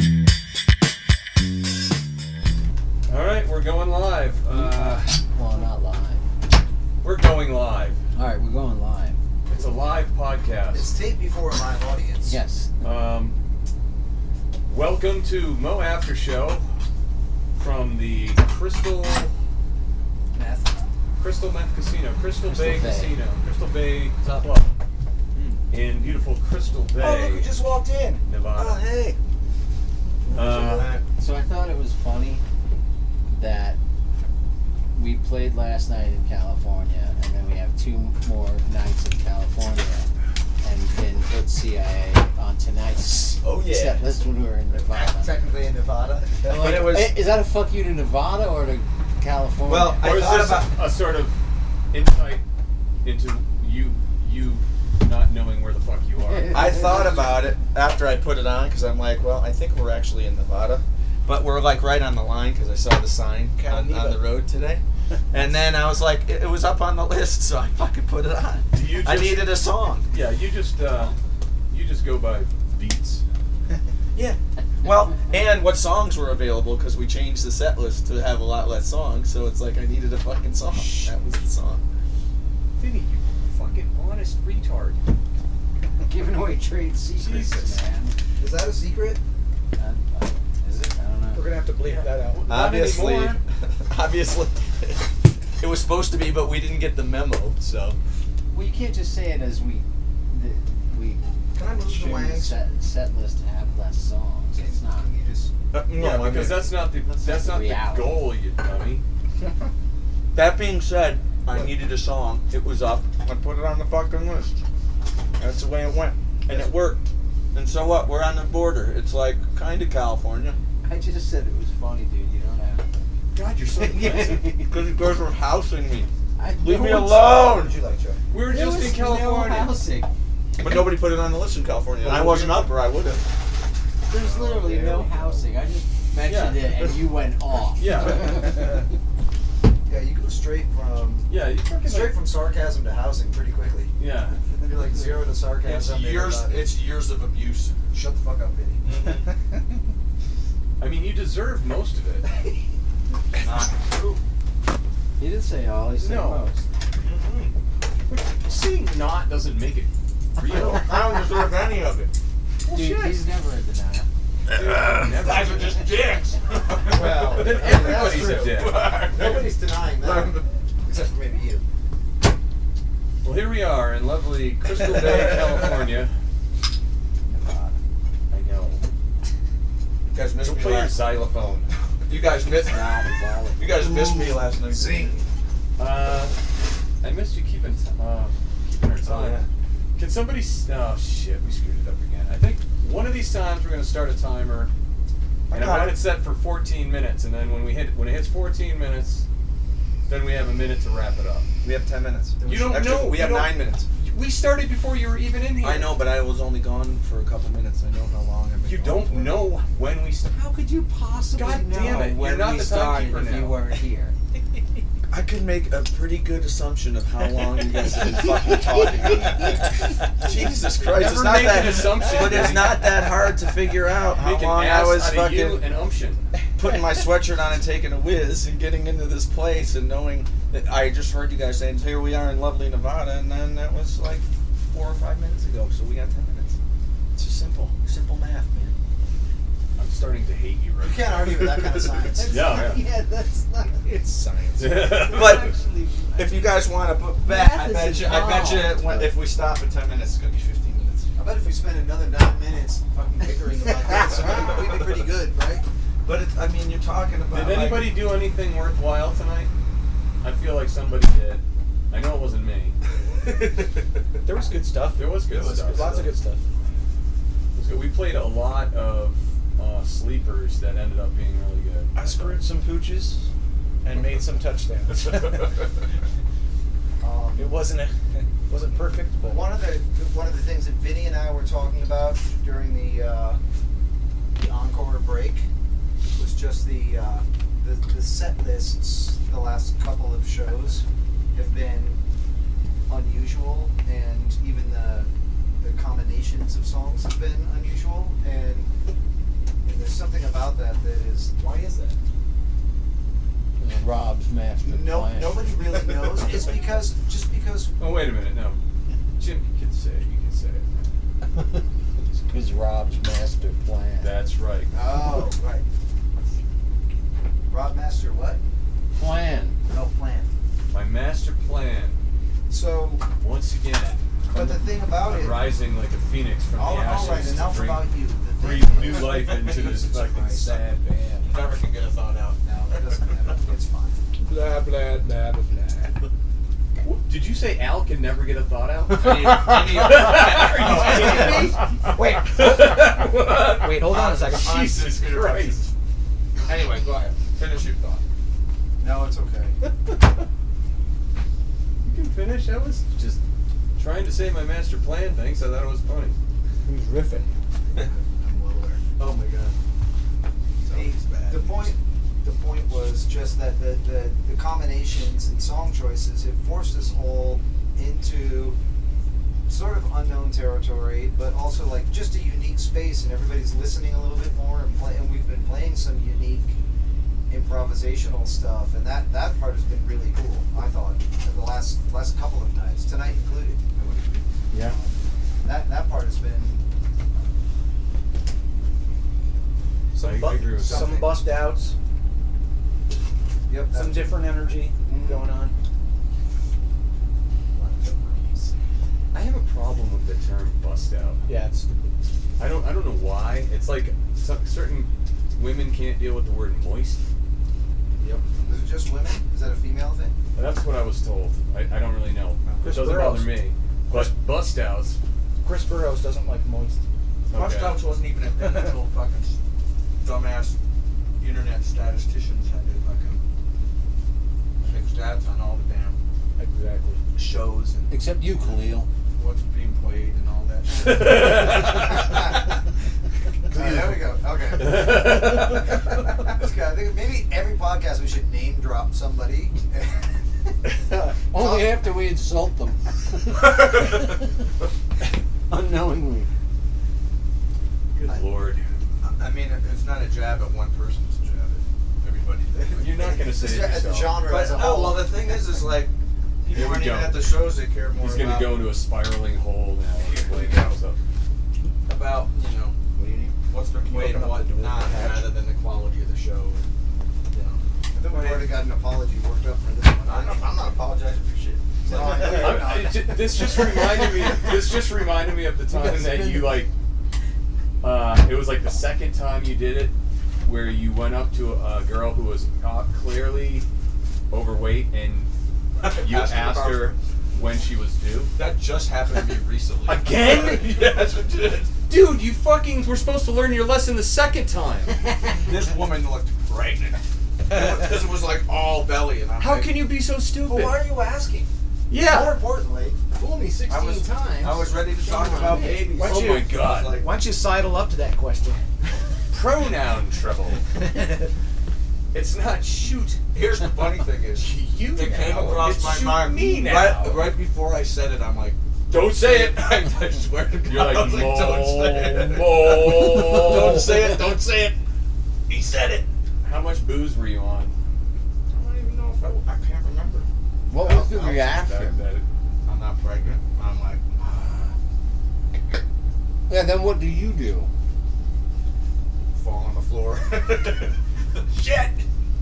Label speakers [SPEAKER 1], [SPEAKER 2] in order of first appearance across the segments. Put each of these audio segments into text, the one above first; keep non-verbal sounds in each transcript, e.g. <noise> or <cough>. [SPEAKER 1] Uh, live podcast.
[SPEAKER 2] It's taped before a live audience.
[SPEAKER 3] Yes.
[SPEAKER 1] Um, welcome to Mo After Show from the Crystal
[SPEAKER 2] Meth.
[SPEAKER 1] Crystal Meth Casino, Crystal,
[SPEAKER 3] Crystal
[SPEAKER 1] Bay,
[SPEAKER 3] Bay.
[SPEAKER 1] Casino, Crystal Bay
[SPEAKER 2] up? Hmm.
[SPEAKER 1] Club in beautiful Crystal Bay,
[SPEAKER 2] Oh, look who just walked in.
[SPEAKER 1] Nevada.
[SPEAKER 2] Oh, hey.
[SPEAKER 1] Uh,
[SPEAKER 3] So I thought it was funny that we played last night in California, and then we have two more nights in California, and then put CIA on tonight's
[SPEAKER 2] Oh, yeah.
[SPEAKER 3] set list when we were in Nevada.
[SPEAKER 2] Technically in Nevada.
[SPEAKER 3] Like,
[SPEAKER 2] but it was.
[SPEAKER 3] i- is that a fuck you to Nevada or to California?
[SPEAKER 2] Well, I
[SPEAKER 1] or is
[SPEAKER 2] thought
[SPEAKER 1] this
[SPEAKER 2] about-
[SPEAKER 1] a sort of insight into you you not knowing where the fuck you are?
[SPEAKER 2] <laughs> I thought about it after I put it on because I'm like, well, I think we're actually in Nevada, but we're like right on the line because I saw the sign on, on the road today, and then I was like, it, it was up on the list, <laughs> so I fucking put it on.
[SPEAKER 1] Do you
[SPEAKER 2] I
[SPEAKER 1] just-
[SPEAKER 2] needed a song.
[SPEAKER 1] yeah, you just uh, you just go by beats.
[SPEAKER 2] <laughs> Yeah. Well, and what songs were available because we changed the set list to have a lot less songs, so it's like I needed a fucking song. That was the song.
[SPEAKER 1] Vinny, you fucking honest retard.
[SPEAKER 3] <laughs> giving away trade secrets,
[SPEAKER 1] Jesus.
[SPEAKER 3] man.
[SPEAKER 4] Is that a secret?
[SPEAKER 3] Uh, uh, is it? I don't know.
[SPEAKER 4] We're gonna have to bleep that out.
[SPEAKER 1] Not
[SPEAKER 2] obviously,
[SPEAKER 1] anymore.
[SPEAKER 2] <laughs> obviously, <laughs> it was supposed to be, but we didn't get the memo, so.
[SPEAKER 3] Well, you can't just say it as we the, we
[SPEAKER 4] Can I move the
[SPEAKER 3] trim the
[SPEAKER 4] wangs?
[SPEAKER 3] set, set list to have less songs. It's not.
[SPEAKER 4] Can you just?
[SPEAKER 2] Uh, no,
[SPEAKER 1] yeah,
[SPEAKER 2] I
[SPEAKER 1] because
[SPEAKER 2] mean-
[SPEAKER 1] that's not the
[SPEAKER 3] That's
[SPEAKER 1] that's,
[SPEAKER 3] just
[SPEAKER 1] not
[SPEAKER 3] the reality.
[SPEAKER 1] the goal, you dummy.
[SPEAKER 2] That being said, I needed a song. It was up. I put it on the fucking list. That's the way it went, and it worked. And so what? We're on the border. It's like kind of California,
[SPEAKER 3] I just said it was funny, dude. You don't have.
[SPEAKER 1] God,
[SPEAKER 3] <laughs>
[SPEAKER 1] you're so defensive.
[SPEAKER 2] because it goes from housing me.
[SPEAKER 3] I,
[SPEAKER 2] Leave
[SPEAKER 3] no
[SPEAKER 2] me
[SPEAKER 3] one's-
[SPEAKER 4] What
[SPEAKER 2] alone.
[SPEAKER 4] did you like, Troy?
[SPEAKER 1] we were
[SPEAKER 3] There
[SPEAKER 1] just
[SPEAKER 3] was
[SPEAKER 1] in
[SPEAKER 3] no
[SPEAKER 1] California.
[SPEAKER 3] housing.
[SPEAKER 2] But nobody put it on the list in California. And I wasn't up, or I would have.
[SPEAKER 3] There's literally
[SPEAKER 1] Oh,
[SPEAKER 4] There
[SPEAKER 3] no
[SPEAKER 4] we go.
[SPEAKER 3] housing. I just mentioned
[SPEAKER 1] Yeah.
[SPEAKER 3] it and
[SPEAKER 1] <laughs>
[SPEAKER 3] you went off.
[SPEAKER 1] Yeah.
[SPEAKER 4] Yeah, you go straight from
[SPEAKER 1] yeah, you fucking
[SPEAKER 4] straight from sarcasm to housing pretty quickly.
[SPEAKER 1] yeah.
[SPEAKER 4] You're like zero to sarcasm. and about-
[SPEAKER 2] years of abuse.
[SPEAKER 4] Shut the fuck up,
[SPEAKER 2] <laughs>
[SPEAKER 4] Vinny.
[SPEAKER 1] I mean, you deserve most of it.
[SPEAKER 3] <laughs>
[SPEAKER 2] <laughs>
[SPEAKER 3] he didn't say all. He said
[SPEAKER 1] No.
[SPEAKER 3] most.
[SPEAKER 1] Seeing not doesn't make it real.
[SPEAKER 2] <laughs> I don't deserve any of it.
[SPEAKER 1] Well,
[SPEAKER 3] Dude,
[SPEAKER 1] shit.
[SPEAKER 3] he's never in denial.
[SPEAKER 1] Dude, never.
[SPEAKER 2] Guys are just dicks.
[SPEAKER 4] <laughs> Well,
[SPEAKER 2] <laughs>
[SPEAKER 1] Then
[SPEAKER 4] that's
[SPEAKER 1] everybody's a
[SPEAKER 4] true.
[SPEAKER 1] dick.
[SPEAKER 4] Nobody's denying that, except for maybe you.
[SPEAKER 1] Well, here we are in lovely Crystal Bay, California.
[SPEAKER 3] Nevada.
[SPEAKER 1] I know.
[SPEAKER 2] You guys
[SPEAKER 1] So
[SPEAKER 2] missed me
[SPEAKER 1] play your
[SPEAKER 2] last.
[SPEAKER 1] xylophone.
[SPEAKER 2] You guys missed.
[SPEAKER 3] Nah, it was all of
[SPEAKER 2] You guys missed me last night.
[SPEAKER 4] Zing.
[SPEAKER 1] Uh, I missed you keeping t- uh, keeping
[SPEAKER 2] Oh,
[SPEAKER 1] her time. Can somebody? s- Oh shit, we screwed it up again. I think one of these times we're gonna start a timer, and
[SPEAKER 2] got
[SPEAKER 1] I've got
[SPEAKER 2] it.
[SPEAKER 1] it set for 14 minutes. And then when we hit when it hits 14 minutes, then we have a minute to wrap it up.
[SPEAKER 2] We have ten minutes.
[SPEAKER 1] You don't
[SPEAKER 2] Actually,
[SPEAKER 1] know,
[SPEAKER 2] We
[SPEAKER 1] you
[SPEAKER 2] have
[SPEAKER 1] don't-
[SPEAKER 2] nine minutes.
[SPEAKER 1] We started before you were even in here.
[SPEAKER 2] I know, but I was only gone for a couple minutes. I know how long I've been.
[SPEAKER 1] You
[SPEAKER 2] gone
[SPEAKER 1] don't
[SPEAKER 2] for.
[SPEAKER 1] know when we start.
[SPEAKER 3] it. How could you possibly
[SPEAKER 1] God
[SPEAKER 3] know
[SPEAKER 1] damn it, you're
[SPEAKER 3] when
[SPEAKER 1] not
[SPEAKER 3] we
[SPEAKER 1] the
[SPEAKER 3] started
[SPEAKER 1] timekeeper
[SPEAKER 3] if you
[SPEAKER 1] now.
[SPEAKER 3] weren't
[SPEAKER 1] <laughs>
[SPEAKER 3] here?
[SPEAKER 2] I could make a pretty good assumption of how long you guys have <laughs> been fucking talking. <laughs> Jesus Christ, it's
[SPEAKER 1] Never
[SPEAKER 2] not
[SPEAKER 1] make
[SPEAKER 2] that.
[SPEAKER 1] an assumption.
[SPEAKER 2] But it's not that hard to figure out how
[SPEAKER 1] Make an
[SPEAKER 2] long I
[SPEAKER 1] ass
[SPEAKER 2] was
[SPEAKER 1] out of you
[SPEAKER 2] fucking
[SPEAKER 1] and umption.
[SPEAKER 2] putting my sweatshirt on and taking a whiz and getting into this place and knowing that I just heard you guys saying here we are in lovely Nevada and then that was like four or five minutes ago, so we got ten minutes. It's just simple, simple math, man.
[SPEAKER 1] I'm starting to hate you right
[SPEAKER 4] You can't argue with that
[SPEAKER 2] <laughs>
[SPEAKER 4] kind of science.
[SPEAKER 1] Yeah, yeah.
[SPEAKER 3] yeah, that's not.
[SPEAKER 2] It's science.
[SPEAKER 1] now. <laughs>
[SPEAKER 2] But-
[SPEAKER 3] actually,
[SPEAKER 2] If you guys want to put bet, I bet you, I bet you, when, if we stop in ten minutes, it's gonna be fifteen minutes.
[SPEAKER 4] I bet if we spend another nine minutes fucking bickering about
[SPEAKER 2] <laughs>
[SPEAKER 4] that, we'd be pretty good, right?
[SPEAKER 2] But it's, I mean, you're talking about.
[SPEAKER 1] Did
[SPEAKER 2] like-
[SPEAKER 1] anybody
[SPEAKER 2] <laughs>
[SPEAKER 1] do anything worthwhile tonight? I feel like somebody did. I know it wasn't <laughs> me.
[SPEAKER 5] There was good stuff.
[SPEAKER 1] There was good
[SPEAKER 5] There was
[SPEAKER 1] stuff.
[SPEAKER 5] Lots of good stuff.
[SPEAKER 1] It was good. We played a lot of uh, sleepers that ended up being really good.
[SPEAKER 5] I screwed some pooches and made some
[SPEAKER 2] <laughs>
[SPEAKER 5] touchdowns.
[SPEAKER 4] Um,
[SPEAKER 5] it wasn't a, it wasn't perfect, but
[SPEAKER 4] But one of the one of the things that Vinny and I were talking about during the uh, the encore break was just the, uh, the the set lists. The last couple of shows have been unusual, and even the the combinations of songs have been unusual. And, and there's something about that that is why is that?
[SPEAKER 3] Rob's master
[SPEAKER 4] No,
[SPEAKER 3] plan.
[SPEAKER 4] nobody really knows. It's because just because
[SPEAKER 1] Oh wait a minute, no. Jim can say it. You can say it.
[SPEAKER 3] <laughs> was Rob's master plan.
[SPEAKER 1] That's right.
[SPEAKER 4] Oh, right. Rob Master, what?
[SPEAKER 3] plan.
[SPEAKER 4] No plan.
[SPEAKER 1] My master plan,
[SPEAKER 4] So,
[SPEAKER 1] once again.
[SPEAKER 4] but the thing about
[SPEAKER 1] I'm
[SPEAKER 4] it,
[SPEAKER 1] rising like a phoenix from
[SPEAKER 4] all,
[SPEAKER 1] the ashes
[SPEAKER 4] all right,
[SPEAKER 1] to
[SPEAKER 4] enough
[SPEAKER 1] bring,
[SPEAKER 4] about you. The thing
[SPEAKER 1] breathe new
[SPEAKER 4] is-
[SPEAKER 1] life
[SPEAKER 4] <laughs>
[SPEAKER 1] into this
[SPEAKER 4] Jesus
[SPEAKER 1] fucking
[SPEAKER 4] Christ.
[SPEAKER 1] sad band.
[SPEAKER 2] Never can get a thought
[SPEAKER 5] <laughs>
[SPEAKER 2] out.
[SPEAKER 4] No, that doesn't matter. It's fine.
[SPEAKER 6] Blah blah blah blah blah.
[SPEAKER 1] Wh- Did you say Al can never get a
[SPEAKER 6] <laughs>
[SPEAKER 1] thought out?
[SPEAKER 2] Any- <laughs> any of
[SPEAKER 1] Are you
[SPEAKER 2] that.
[SPEAKER 1] kidding me?
[SPEAKER 2] <laughs>
[SPEAKER 7] Wait, wait, hold on a second.
[SPEAKER 1] Jesus Christ.
[SPEAKER 2] Anyway, go ahead. Finish your thought.
[SPEAKER 4] No, it's okay.
[SPEAKER 1] You can finish. I was just trying to say my master plan thing, so I thought it was funny.
[SPEAKER 6] Who's riffing?
[SPEAKER 2] I'm well aware.
[SPEAKER 4] Oh my god. The, the point, the point was just that the, the, the combinations and song choices have forced us all into sort of unknown territory, but also like just a unique space, and everybody's listening a little bit more, and, play, and we've been playing some unique improvisational stuff, and that, that part has been really cool. I thought the last last couple of nights, tonight included.
[SPEAKER 6] Yeah.
[SPEAKER 4] That that part has been
[SPEAKER 1] I
[SPEAKER 6] Some bu-
[SPEAKER 1] agree with
[SPEAKER 6] some
[SPEAKER 4] something.
[SPEAKER 6] bust outs,
[SPEAKER 4] yep.
[SPEAKER 6] some
[SPEAKER 4] that's-
[SPEAKER 6] different energy
[SPEAKER 4] Mhm.
[SPEAKER 6] going on.
[SPEAKER 1] I have a problem with the term "bust out."
[SPEAKER 6] Yeah, it's stupid.
[SPEAKER 1] I don't. I don't know why. It's like so- certain women can't deal with the word "moist."
[SPEAKER 4] Is it just women? Is that a female thing?
[SPEAKER 1] That's what I was told. I, I don't really know. It
[SPEAKER 6] Chris
[SPEAKER 1] doesn't
[SPEAKER 6] Burrows.
[SPEAKER 1] bother me. But bust outs.
[SPEAKER 6] Chris Burrows doesn't like moist.
[SPEAKER 2] Bust
[SPEAKER 1] Okay.
[SPEAKER 2] outs wasn't even a thing until fucking dumbass internet statisticians had their fucking fake stats on all the damn
[SPEAKER 1] <laughs>
[SPEAKER 6] Exactly.
[SPEAKER 2] shows and
[SPEAKER 3] Except
[SPEAKER 6] <laughs>
[SPEAKER 3] you, Khalil.
[SPEAKER 2] what's being played and all that shit.
[SPEAKER 4] Uh, there we go. Okay. That's good. I think maybe every podcast we should name drop somebody.
[SPEAKER 3] Only after we insult
[SPEAKER 6] <laughs>
[SPEAKER 3] them. Unknowingly. <laughs>
[SPEAKER 1] Good lord.
[SPEAKER 2] I mean, it- it's not a jab at one person, it's a jab at everybody.
[SPEAKER 1] You're not gonna say it
[SPEAKER 4] At the
[SPEAKER 1] yourself.
[SPEAKER 4] genre
[SPEAKER 2] But
[SPEAKER 4] as a
[SPEAKER 2] no,
[SPEAKER 4] whole.
[SPEAKER 2] well, the thing is, is like, people
[SPEAKER 1] Here we
[SPEAKER 2] aren't even
[SPEAKER 1] go.
[SPEAKER 2] at the shows they care more
[SPEAKER 1] He's gonna
[SPEAKER 2] about,
[SPEAKER 1] go into a spiraling hole now.
[SPEAKER 2] Here we go. about, you know, what's been played and
[SPEAKER 6] open up
[SPEAKER 2] what
[SPEAKER 6] the door
[SPEAKER 2] not,
[SPEAKER 6] for that?
[SPEAKER 2] rather than the quality of the show. And, you know.
[SPEAKER 4] I think we've already got an apology worked up for this one.
[SPEAKER 2] I'm, not, I'm not apologizing for shit.
[SPEAKER 4] No, I-
[SPEAKER 1] I'm- I- j- this just reminded me. This just reminded me of the time that you like. Uh, it was like the second time you did it, where you went up to a, a girl who was uh, clearly overweight, and you
[SPEAKER 2] Ask her
[SPEAKER 1] asked
[SPEAKER 2] about-
[SPEAKER 1] her when she was due.
[SPEAKER 2] That just happened to me recently.
[SPEAKER 1] <laughs> Again?
[SPEAKER 2] <laughs> yes, it did.
[SPEAKER 1] Dude, you fucking were supposed to learn your lesson the second time.
[SPEAKER 2] This woman
[SPEAKER 1] <laughs>
[SPEAKER 2] looked pregnant. this was like all belly, and I'm
[SPEAKER 1] How
[SPEAKER 2] like,
[SPEAKER 1] can you be so stupid?
[SPEAKER 4] But why are you asking? More
[SPEAKER 1] yeah.
[SPEAKER 4] importantly,
[SPEAKER 7] Fool me 16
[SPEAKER 2] I was-
[SPEAKER 7] times.
[SPEAKER 2] I was ready to talk about babies.
[SPEAKER 6] Why
[SPEAKER 1] Oh
[SPEAKER 6] don't you-
[SPEAKER 1] my
[SPEAKER 2] I was
[SPEAKER 1] god.
[SPEAKER 2] like,
[SPEAKER 6] Why don't you sidle up to that question?
[SPEAKER 1] Pronoun trouble. <laughs> It's not shoot.
[SPEAKER 2] Here's the funny thing is,
[SPEAKER 1] You
[SPEAKER 2] it came
[SPEAKER 1] now.
[SPEAKER 2] across
[SPEAKER 1] It's
[SPEAKER 2] my
[SPEAKER 1] shoot
[SPEAKER 2] mind
[SPEAKER 1] me now.
[SPEAKER 2] right right before I said it. I'm like, <laughs>
[SPEAKER 1] Don't say it.
[SPEAKER 2] I, I swear to God,
[SPEAKER 1] <laughs> You're like,
[SPEAKER 2] I was <laughs> like, don't say it,
[SPEAKER 1] <laughs> "Mo-
[SPEAKER 2] don't say it, don't say it. <laughs> He said it.
[SPEAKER 1] How much booze were you on?
[SPEAKER 2] I don't even know if I, I can't remember.
[SPEAKER 3] What was the
[SPEAKER 2] I'll- I'll-
[SPEAKER 3] reaction?
[SPEAKER 1] That, that,
[SPEAKER 2] I'm not pregnant. I'm like, ah,
[SPEAKER 3] Yeah, then what do you do?
[SPEAKER 2] fall on the floor. <laughs> Shit.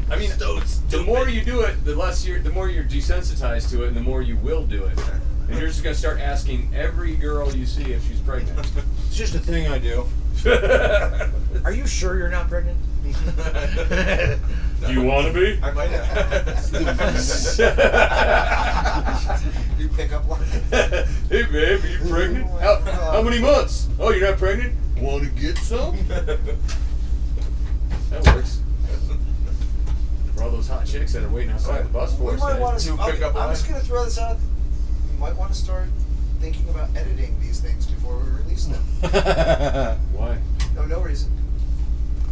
[SPEAKER 1] I mean,
[SPEAKER 2] So
[SPEAKER 1] the
[SPEAKER 2] stupid.
[SPEAKER 1] more you do it, the less you're, the more you're desensitized to it, and the more you will do it. And you're just gonna start asking every girl you see if she's <laughs> pregnant.
[SPEAKER 3] It's just a thing I do.
[SPEAKER 1] do
[SPEAKER 6] Are you sure you're not pregnant?
[SPEAKER 1] you want to <laughs>
[SPEAKER 2] <laughs>
[SPEAKER 1] be?
[SPEAKER 2] I might <laughs> have.
[SPEAKER 4] you pick up one.
[SPEAKER 1] <laughs> hey, babe, are you
[SPEAKER 2] Oh
[SPEAKER 1] pregnant? How, how many months? Oh, you're not pregnant? Want to get some? That works. For all those hot chicks that are waiting outside the bus for
[SPEAKER 4] We
[SPEAKER 1] us.
[SPEAKER 4] might
[SPEAKER 1] man.
[SPEAKER 4] want to.
[SPEAKER 2] Do pick
[SPEAKER 4] Okay,
[SPEAKER 2] up
[SPEAKER 4] I'm just
[SPEAKER 2] line.
[SPEAKER 4] gonna throw this out. You might want to start thinking about editing these things before we release them.
[SPEAKER 1] Why?
[SPEAKER 4] no, no reason.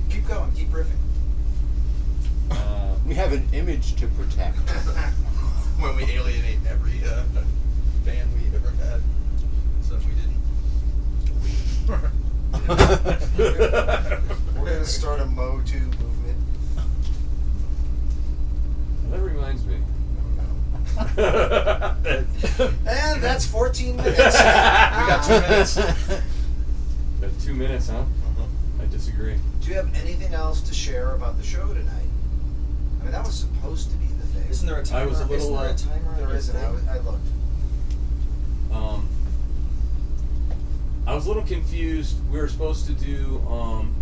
[SPEAKER 4] Keep going. Keep riffing.
[SPEAKER 1] Uh,
[SPEAKER 3] we have an image to
[SPEAKER 8] <laughs>
[SPEAKER 3] protect.
[SPEAKER 2] when we alienate every uh, fan we ever had, so we didn't.
[SPEAKER 4] <laughs> We're
[SPEAKER 2] <laughs>
[SPEAKER 4] gonna start a Mo2 movement.
[SPEAKER 1] <laughs> that reminds me.
[SPEAKER 4] Oh no.
[SPEAKER 1] That-
[SPEAKER 4] And Eh, that's 14 minutes.
[SPEAKER 2] got two
[SPEAKER 4] <laughs>
[SPEAKER 2] minutes.
[SPEAKER 8] Oh,
[SPEAKER 1] That two minutes, huh?
[SPEAKER 4] Uh-huh.
[SPEAKER 1] I disagree.
[SPEAKER 4] Do you have anything else to share about the show tonight? I mean, that was supposed to be the thing.
[SPEAKER 2] Isn't there a timer?
[SPEAKER 1] I was a little,
[SPEAKER 2] Isn't there a
[SPEAKER 1] uh,
[SPEAKER 2] timer? on
[SPEAKER 4] There
[SPEAKER 2] this
[SPEAKER 4] isn't. I,
[SPEAKER 2] thing?
[SPEAKER 4] w- I looked.
[SPEAKER 1] Um, I was a little confused. We were supposed to do um,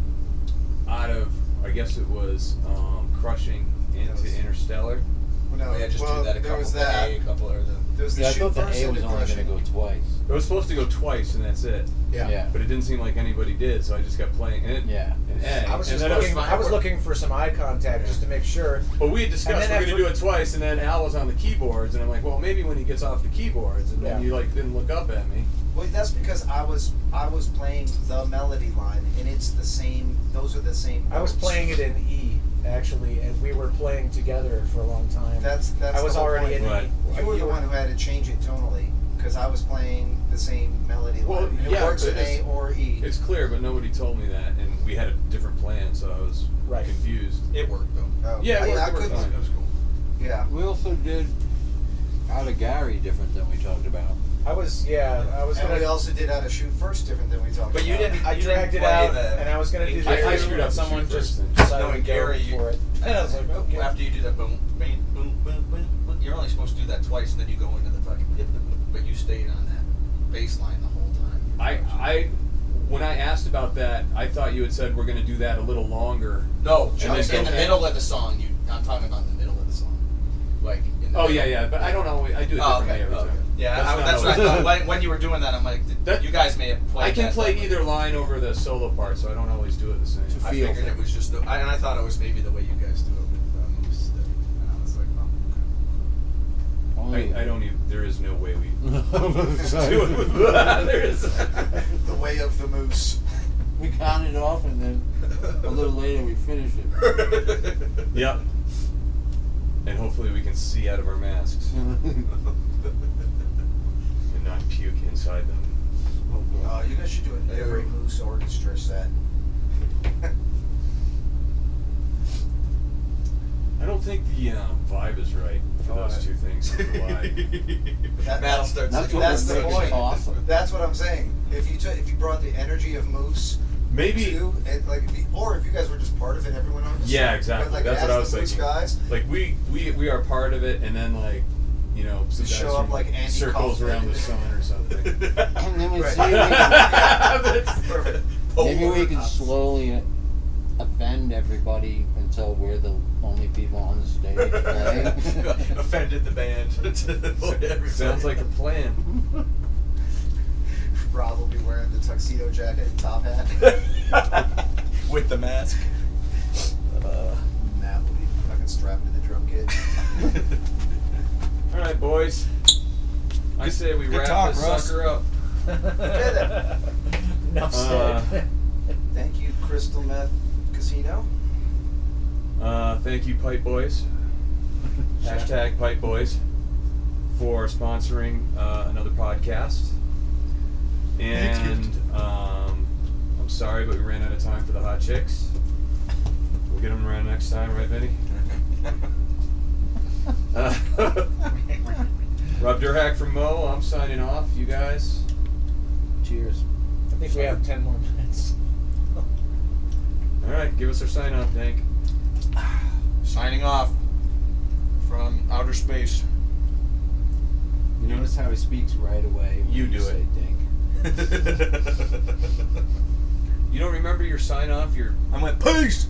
[SPEAKER 1] out of, I guess it was um, crushing
[SPEAKER 4] That
[SPEAKER 1] into
[SPEAKER 4] was-
[SPEAKER 1] Interstellar.
[SPEAKER 4] Well, no,
[SPEAKER 8] Oh, yeah, just
[SPEAKER 4] well,
[SPEAKER 8] do that a
[SPEAKER 4] there
[SPEAKER 8] couple
[SPEAKER 4] was that.
[SPEAKER 8] A, a couple or the
[SPEAKER 4] There was the
[SPEAKER 3] Yeah, I
[SPEAKER 4] shoot
[SPEAKER 3] thought the
[SPEAKER 4] first
[SPEAKER 3] A was
[SPEAKER 4] into
[SPEAKER 3] only going to
[SPEAKER 4] crushing.
[SPEAKER 3] go twice.
[SPEAKER 1] It was supposed to go twice, and that's it.
[SPEAKER 4] Yeah.
[SPEAKER 3] Yeah.
[SPEAKER 1] But it didn't seem like anybody did, so I just kept playing it.
[SPEAKER 3] Yeah.
[SPEAKER 1] And A.
[SPEAKER 5] I was
[SPEAKER 1] and
[SPEAKER 5] just
[SPEAKER 1] then it
[SPEAKER 5] looking. I was
[SPEAKER 1] fireworks.
[SPEAKER 5] looking for some eye contact just to make sure.
[SPEAKER 1] But we had discussed we're
[SPEAKER 5] And then
[SPEAKER 1] going to
[SPEAKER 5] after-
[SPEAKER 1] do it twice, and then Al was on the keyboards, and I'm like, well, maybe when he gets off the keyboards, and then
[SPEAKER 5] Yeah.
[SPEAKER 1] you like didn't look up at me.
[SPEAKER 4] Well, that's because I was I was playing the melody line, and it's the same. Those are the same.
[SPEAKER 5] I was
[SPEAKER 4] notes.
[SPEAKER 5] playing it in E actually, and we were playing together for a long time.
[SPEAKER 4] That's that's.
[SPEAKER 5] I was
[SPEAKER 4] the whole
[SPEAKER 5] already
[SPEAKER 4] point.
[SPEAKER 5] in
[SPEAKER 1] Right.
[SPEAKER 5] E.
[SPEAKER 4] You were the one who had to change it tonally because I was playing the same melody
[SPEAKER 1] Well,
[SPEAKER 4] line. It
[SPEAKER 1] yeah,
[SPEAKER 4] works
[SPEAKER 1] but
[SPEAKER 4] in A
[SPEAKER 1] it's-
[SPEAKER 4] or E.
[SPEAKER 1] It's clear, but nobody told me that, and we had a different plan, so I was
[SPEAKER 5] Right.
[SPEAKER 1] confused.
[SPEAKER 8] it worked though.
[SPEAKER 4] Oh,
[SPEAKER 1] yeah, it worked,
[SPEAKER 4] I, I
[SPEAKER 1] it worked
[SPEAKER 4] couldn't.
[SPEAKER 1] fine.
[SPEAKER 8] That was cool.
[SPEAKER 4] Yeah,
[SPEAKER 9] We also did out of Gary different than we talked about.
[SPEAKER 5] I was yeah. I was
[SPEAKER 4] and we
[SPEAKER 5] gonna.
[SPEAKER 4] also did how to shoot first different than we talked
[SPEAKER 8] But
[SPEAKER 4] about.
[SPEAKER 8] you didn't.
[SPEAKER 5] <laughs> I
[SPEAKER 8] you
[SPEAKER 5] dragged
[SPEAKER 8] didn't
[SPEAKER 5] it
[SPEAKER 8] play
[SPEAKER 5] out,
[SPEAKER 8] the-
[SPEAKER 5] and I was gonna do
[SPEAKER 8] in
[SPEAKER 5] the.
[SPEAKER 1] I- I
[SPEAKER 5] interview,
[SPEAKER 1] screwed
[SPEAKER 5] and
[SPEAKER 1] up
[SPEAKER 5] Someone
[SPEAKER 1] shoot first
[SPEAKER 5] just
[SPEAKER 1] and-
[SPEAKER 5] decided
[SPEAKER 8] No,
[SPEAKER 5] to
[SPEAKER 8] and
[SPEAKER 5] go
[SPEAKER 8] Gary, you-
[SPEAKER 5] for it. <laughs> And I was like, okay.
[SPEAKER 8] After you do that, boom, bang, boom, boom, boom, boom, you're only supposed to do that twice, and then you go into the fucking. But you stayed on that baseline the whole time.
[SPEAKER 1] I, I, when I asked about that, I thought you had said we're going to do that a little longer.
[SPEAKER 8] No,
[SPEAKER 1] And
[SPEAKER 8] just
[SPEAKER 1] then
[SPEAKER 8] in
[SPEAKER 1] go
[SPEAKER 8] the
[SPEAKER 1] back.
[SPEAKER 8] middle of the song. You, I'm talking about in the middle of the song, like. In the
[SPEAKER 1] Oh
[SPEAKER 8] middle.
[SPEAKER 1] yeah, yeah, but I don't always. I do it
[SPEAKER 8] Oh,
[SPEAKER 1] differently
[SPEAKER 8] okay.
[SPEAKER 1] every
[SPEAKER 8] okay.
[SPEAKER 1] time.
[SPEAKER 8] Yeah,
[SPEAKER 1] That's
[SPEAKER 8] I,
[SPEAKER 1] not
[SPEAKER 8] that's what I
[SPEAKER 1] always-
[SPEAKER 8] thought. When, when you were doing that, I'm like, did,
[SPEAKER 1] That-
[SPEAKER 8] you guys may have played.
[SPEAKER 1] I can
[SPEAKER 8] that
[SPEAKER 1] play
[SPEAKER 8] stuff.
[SPEAKER 1] either line over the solo part, so I don't always do it the same.
[SPEAKER 8] I
[SPEAKER 3] feel
[SPEAKER 8] figured it was just, the, I, and I thought it was maybe the way you guys do it with uh, Moose. That, and I was like, oh, okay.
[SPEAKER 3] Only.
[SPEAKER 1] I, I don't even. There is no way we <laughs> do
[SPEAKER 8] <laughs>
[SPEAKER 9] <laughs>
[SPEAKER 1] it. with- there
[SPEAKER 3] we
[SPEAKER 1] is.
[SPEAKER 4] The way of the moose.
[SPEAKER 9] counted off and then
[SPEAKER 8] oh,
[SPEAKER 9] a
[SPEAKER 8] <laughs>
[SPEAKER 9] little
[SPEAKER 1] <laughs>
[SPEAKER 9] later we finished <laughs>
[SPEAKER 1] yep. And hopefully we can see out of our masks
[SPEAKER 9] it.
[SPEAKER 8] Oh,
[SPEAKER 1] and not puke inside them.
[SPEAKER 4] Oh, you guys should do an every moose orchestra set.
[SPEAKER 1] I don't think the uh, vibe is right for
[SPEAKER 5] Oh,
[SPEAKER 1] those
[SPEAKER 5] I-
[SPEAKER 1] two
[SPEAKER 8] <laughs>
[SPEAKER 1] things. in
[SPEAKER 2] <laughs>
[SPEAKER 1] July.
[SPEAKER 4] That-
[SPEAKER 8] Battle starts.
[SPEAKER 4] That's,
[SPEAKER 3] That's
[SPEAKER 8] again.
[SPEAKER 3] what
[SPEAKER 4] that's the
[SPEAKER 3] we're
[SPEAKER 4] point.
[SPEAKER 3] making. <laughs> Awesome.
[SPEAKER 4] That's what I'm saying. If you took, if you brought the energy of moose
[SPEAKER 1] Maybe
[SPEAKER 4] to, and like, if you- or if you guys were just part of it, everyone on the
[SPEAKER 1] Yeah,
[SPEAKER 4] side,
[SPEAKER 1] exactly.
[SPEAKER 4] But like,
[SPEAKER 1] That's
[SPEAKER 4] as
[SPEAKER 1] what I was
[SPEAKER 4] the moose
[SPEAKER 1] thinking.
[SPEAKER 4] guys,
[SPEAKER 1] Like we we we are part of it, and then like you know some
[SPEAKER 4] Just
[SPEAKER 1] guys
[SPEAKER 4] show up
[SPEAKER 1] from
[SPEAKER 4] like Andy
[SPEAKER 1] circles
[SPEAKER 4] Kaufman.
[SPEAKER 1] around the sun or
[SPEAKER 2] <laughs>
[SPEAKER 1] something.
[SPEAKER 3] And then we
[SPEAKER 4] Right.
[SPEAKER 8] <laughs>
[SPEAKER 9] <laughs>
[SPEAKER 3] see
[SPEAKER 1] That's-
[SPEAKER 4] perfect.
[SPEAKER 3] Maybe we can slowly offend everybody until we're the only people on the stage.
[SPEAKER 1] <laughs>
[SPEAKER 8] <laughs>
[SPEAKER 3] playing.
[SPEAKER 8] Offended the band. <laughs>
[SPEAKER 1] Sounds like a plan.
[SPEAKER 4] Rob will be wearing the tuxedo jacket and top hat.
[SPEAKER 1] <laughs>
[SPEAKER 2] With
[SPEAKER 3] <laughs>
[SPEAKER 2] the mask.
[SPEAKER 4] Matt will be fucking strapped to the drum kit.
[SPEAKER 1] All right, boys. I say we
[SPEAKER 2] good
[SPEAKER 1] wrap
[SPEAKER 2] talk,
[SPEAKER 1] this
[SPEAKER 2] Russ.
[SPEAKER 1] sucker up.
[SPEAKER 5] Enough
[SPEAKER 1] Uh,
[SPEAKER 5] said.
[SPEAKER 4] Thank you, Crystal Meth Casino.
[SPEAKER 1] Uh, thank you, Pipe Boys. Hashtag Pipe Boys for sponsoring uh, another podcast. And um, I'm sorry, but we ran out of time for the hot chicks. We'll get them around next time, right, Vinny? Uh, Rob Durhack from Mo. I'm signing off. You guys.
[SPEAKER 3] Cheers.
[SPEAKER 5] <laughs> I think we have ten more minutes.
[SPEAKER 1] All right, give us our sign off, Dank.
[SPEAKER 8] Signing off from outer space.
[SPEAKER 3] You notice how he speaks right away. when
[SPEAKER 1] You do
[SPEAKER 3] say Dink.
[SPEAKER 1] You don't remember your sign off? Your
[SPEAKER 8] <laughs> I went peace.